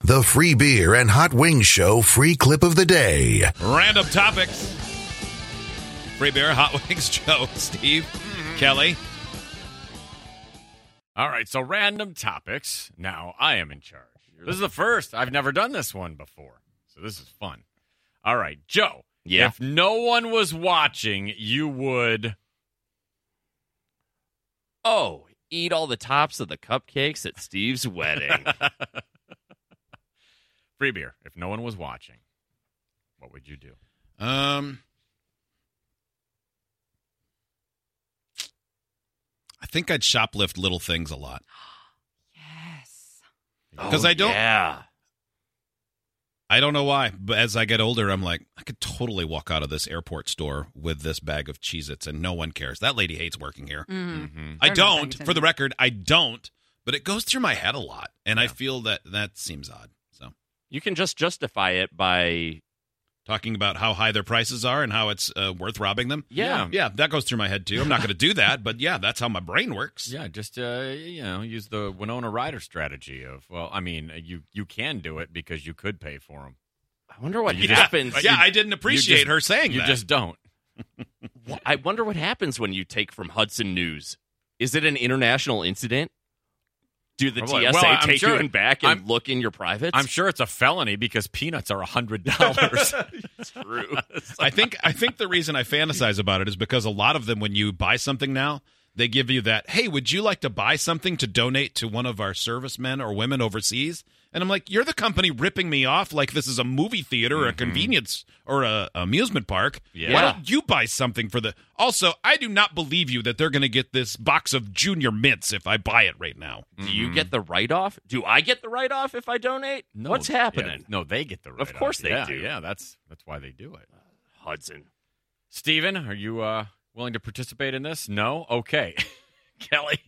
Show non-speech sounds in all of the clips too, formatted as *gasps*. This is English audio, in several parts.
The Free Beer and Hot Wings Show free clip of the day. Random topics. Free beer, hot wings, *laughs* Joe, Steve, Kelly. All right, so random topics. Now I am in charge. This is the first. I've never done this one before. So this is fun. All right, Joe. Yeah. If no one was watching, you would. *laughs* Oh, eat all the tops of the cupcakes at *laughs* Steve's wedding. Free beer. If no one was watching, what would you do? Um, I think I'd shoplift little things a lot Yes. Oh. because I don't. Yeah. I don't know why, but as I get older, I'm like, I could totally walk out of this airport store with this bag of Cheez Its and no one cares. That lady hates working here. Mm. Mm-hmm. I They're not don't, things for the anymore. record, I don't, but it goes through my head a lot. And I feel that that seems odd. So, You can just justify it by, talking about how high their prices are and how it's uh, worth robbing them. Um, yeah. Yeah, that goes through my head too. I'm not going to do that, but yeah, that's how my brain works. Yeah, just uh, you know, use the Winona Ryder strategy of well, I mean, uh, you you can do it because you could pay for them. I wonder what You just- happens. But yeah, I didn't appreciate just- her saying You that. just don't. I wonder what happens when you take from Hudson News. Is it an international incident? Do the Probably. TSA Well, I'm take sure- you in back and I'm- look in your privates? *laughs* I'm sure it's a felony because peanuts are a hundred dollars. it's true. *laughs* I think I think the reason I fantasize about it is because a lot of them, when you buy something now, they give you that. Hey, would you like to buy something to donate to one of our servicemen or women overseas? And I'm like, you're the company ripping me off like this is a movie theater or a convenience or a amusement park. Mm-hmm. Yeah. Why don't you buy something for the? Also, I do not believe you that they're going to get this box of junior mints if I buy it right now. Do you get the write off? Do I get the write off if I donate? *laughs* No, What's yeah, happening? no, they get the. write-off. course they Yeah, do. Yeah, that's that's why they do it. Hudson. Steven, are you uh, willing to participate in this? No. Okay, *laughs* Kelly.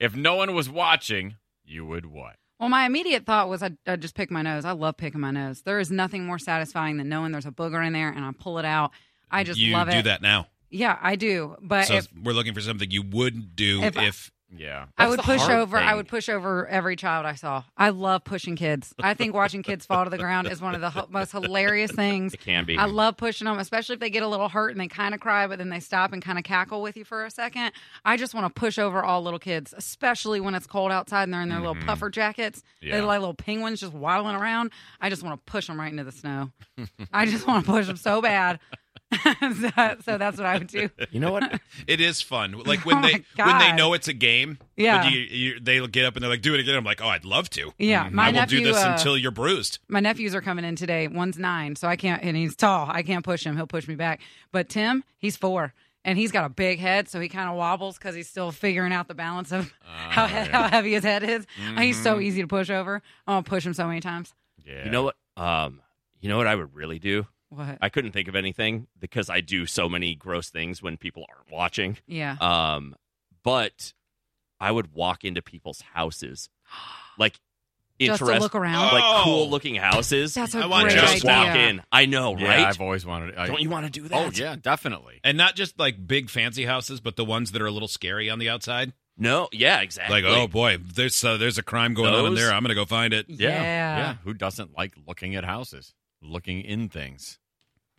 If no one was watching, you would what? Well, my immediate thought was I'd, I'd just pick my nose. I love picking my nose. There is nothing more satisfying than knowing there's a booger in there and I pull it out. I just you love do it. that now. Yeah, I do. But so if we're looking for something you wouldn't do If I- if Yeah. I That's would the push hard over. I thing. would push over every child I saw. I love pushing kids. I think watching kids fall to the ground is one of the h- most hilarious things. It can be. I love pushing them, especially if they get a little hurt and they kind of cry, but then they stop and kind of cackle with you for a second. I just want to push over all little kids, especially when it's cold outside and they're in their Mhm. Mm-hmm. little puffer jackets. Yeah. They're like little penguins just waddling around. I just want to push them right into the snow. I just want to push them so bad. *laughs* so, so that's what I would do. you know what? It is fun. *laughs* Like Oh when my they when they God. know it's a game. Yeah. but You, you, they get up and they're like, "Do it again." I'm like, "Oh, I'd love to. Yeah, my I will nephew. do this uh, until you're bruised." my nephews are coming in today. One's nine, so I can't, and he's tall. I can't push him. He'll push me back. But Tim, he's four, and he's got a big head, so he kind of wobbles because he's still figuring out the balance of Uh, how, he- how heavy his head is. Oh, He's Mm-hmm. so easy to push over. I'm gonna push him so many times. Yeah. You know what? Um, you know what I would really do? What? I couldn't think of anything because I do so many gross things when people aren't watching. yeah. Um, but I would walk into people's *gasps* houses, like Just to interest, look around. Oh. like cool looking houses. That's a I great want and Joe's just idea. walk in. I know, Yeah, right? I've always wanted. I, Don't you want to do that? Oh yeah, definitely. And not just like big fancy houses, but the ones that are a little scary on the outside. No, yeah, exactly. Like, oh boy, there's uh, there's a crime going on in Those? there. I'm gonna go find it. Yeah. Yeah. Who doesn't like looking at houses, looking in *laughs* things?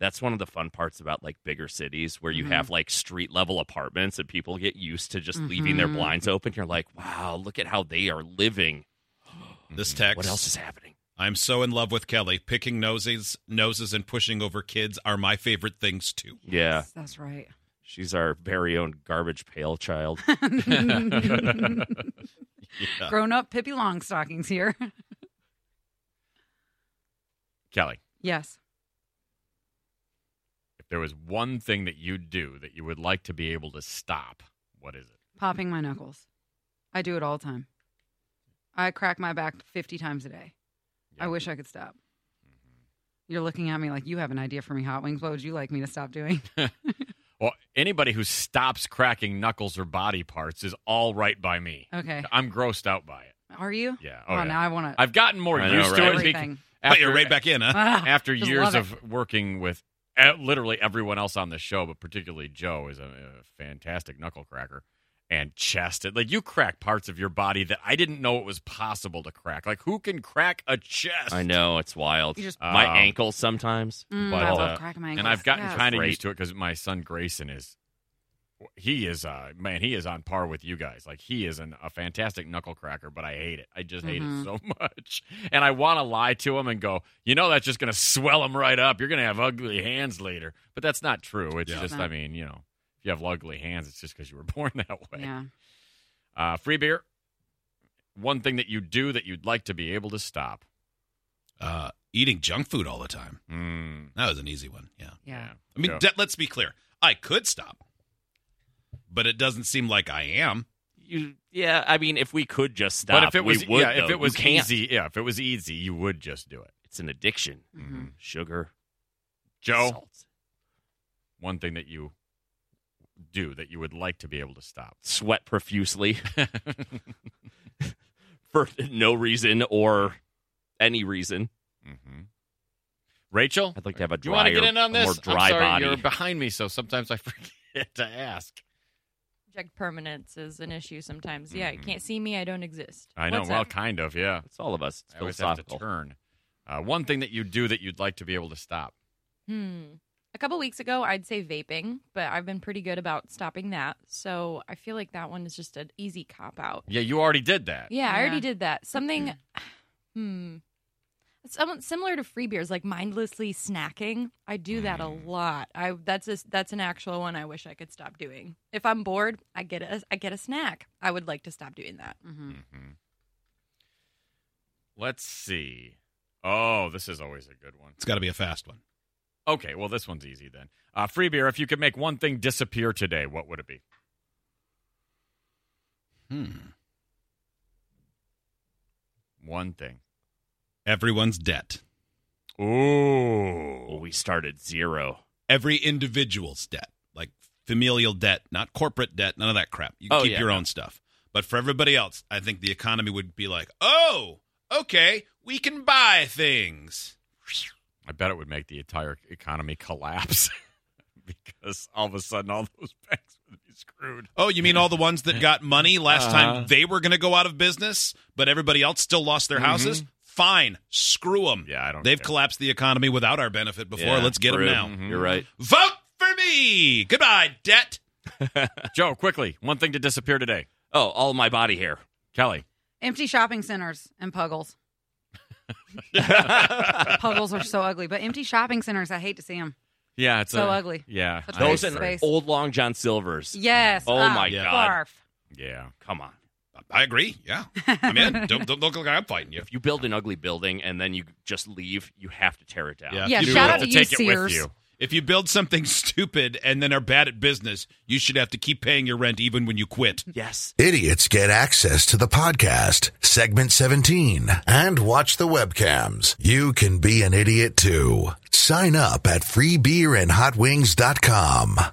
*laughs* that's one of the fun parts about like bigger cities where you Mhm. have like street level apartments and people get used to just leaving their Mhm. blinds open. You're like, wow, look at how they are living. Mm-hmm. This text. What else is happening? I'm so in love with Kelly. Picking noses, noses, and pushing over kids are my favorite things too. *laughs* Yeah, That's right. *laughs* she's our very own garbage pail child. Yeah. Grown up Pippi Longstockings here. *laughs* Kelly, yes. if there was one thing that you'd do that you would like to be able to stop, what is it? Popping my knuckles. I do it all the time. I crack my back 50 times a day. I wish I could stop. You're looking at me like you have an idea for me, Hot Wings. What would you like me to stop doing? *laughs* Well, anybody who stops cracking knuckles or body parts is all right by me. Okay. I'm grossed out by it. Are you? Yeah. Oh, Oh, yeah. now I want to. I've gotten more I know, used to right? it bec- Everything. But after, you're right back in, huh? Ah, *laughs* after just years love it. of working with eh, uh, literally everyone else on the show, but particularly Joe is a, a fantastic knuckle cracker. and chest. It like you crack parts of your body that I didn't know it was possible to crack. Like who can crack a chest? I know it's wild. You just- My Um, ankle sometimes. Mm, But, I uh, love cracking my ankles. and I've gotten Yeah. kind of Great. used to it because my son Grayson is, he is uh man, he is on par with you guys. Like he is an, a fantastic knuckle cracker, but I hate it. I just hate Mhm. it so *laughs* much, and I want to lie to him and go, you know, that's just gonna swell him right up. You're gonna have ugly hands later, but that's not true. It's Yeah. just, I mean, you know, if you have ugly hands, it's just because you were *laughs* born that way. Yeah. Uh, free beer. One thing that you do that you'd like to be able to stop. Uh, eating junk food all the time. Mm, That was an easy one. Yeah. Yeah. I mean, Yeah. de- let's be clear. I could stop, but it doesn't seem like I am. You, yeah. I mean, if we could just stop, but if it was we would, yeah, though. if You it was can't. easy, yeah, if it was easy, you would just do it. it's an addiction. Mhm. Mm-hmm. Sugar, Joe, salt, one thing that you do that you would like to be able to stop. sweat profusely for no reason or any reason. Mm-hmm. Rachel, I'd like to have a do you drier, want to get in on a this? more dry I'm sorry, body. You're behind me, so sometimes I *laughs* forget to ask. Object permanence is an issue sometimes. Yeah, you Mhm. can't see me. I don't exist. I know. What's well, up? kind of. Yeah. It's all of us. It's I always have to philosophical. turn. Uh, one thing that you do that you'd like to be able to stop. Hmm. A couple weeks ago, I'd say vaping, but I've been pretty good about stopping that. So I feel like that one is just an easy cop out. Yeah, you already did that. Yeah, Yeah. I already did that. Something, *sighs* hmm, somewhat similar to free beers, like mindlessly snacking. I do that a Mm. lot. I that's a, that's an actual one I wish I could stop doing. If I'm bored, I get a I get a snack. I would like to stop doing that. Mm-hmm. Mm-hmm. Let's see. Oh, this is always a good one. It's got to be a fast one. Okay, well, this one's easy then. Uh, free beer, if you could make one thing disappear today, what would it be? Hmm. One thing. Everyone's debt. Well, Ooh. we started zero. Every individual's debt, like familial debt, not corporate debt, none of that crap. You Oh, keep yeah, your no. own stuff. But for everybody else, I think the economy would be like, oh, okay, we can buy things. I bet it would make the entire economy collapse *laughs* because all of a sudden all those *laughs* banks would be screwed. Oh, you mean all the ones that got money last Uh-huh. time they were going to go out of business, but everybody else still lost their houses? Mm-hmm. Fine, screw them. Yeah, I don't They've care. collapsed the economy without our benefit before. Yeah, Let's get them true. now. Mhm. You're right. Vote for me. Goodbye, debt. Joe, quickly, one thing to disappear today. Oh, all my body hair. *laughs* Kelly. Empty shopping centers and puggles. Puggles are so ugly, but empty shopping centers, I hate to see them. Yeah, it's So a- ugly. Yeah. Such I Those waste and of agree. space. old Long John Silver's. Yes. Oh, my Yeah. God. Barf. Yeah. Come on. I agree. Yeah, I'm *laughs* in. don't, don't look like I'm fighting you. If you build an ugly building and then you just leave, you have to tear it down. Yeah. Yeah, You shout have out to to you, take it with Sears. you. If you build something *laughs* stupid and then are bad at business, you should have to keep paying your rent even when you quit. Yes. Idiots get access to the podcast, segment 17, and watch the webcams. You can be an idiot too. Sign up at freebeerandhotwings.com.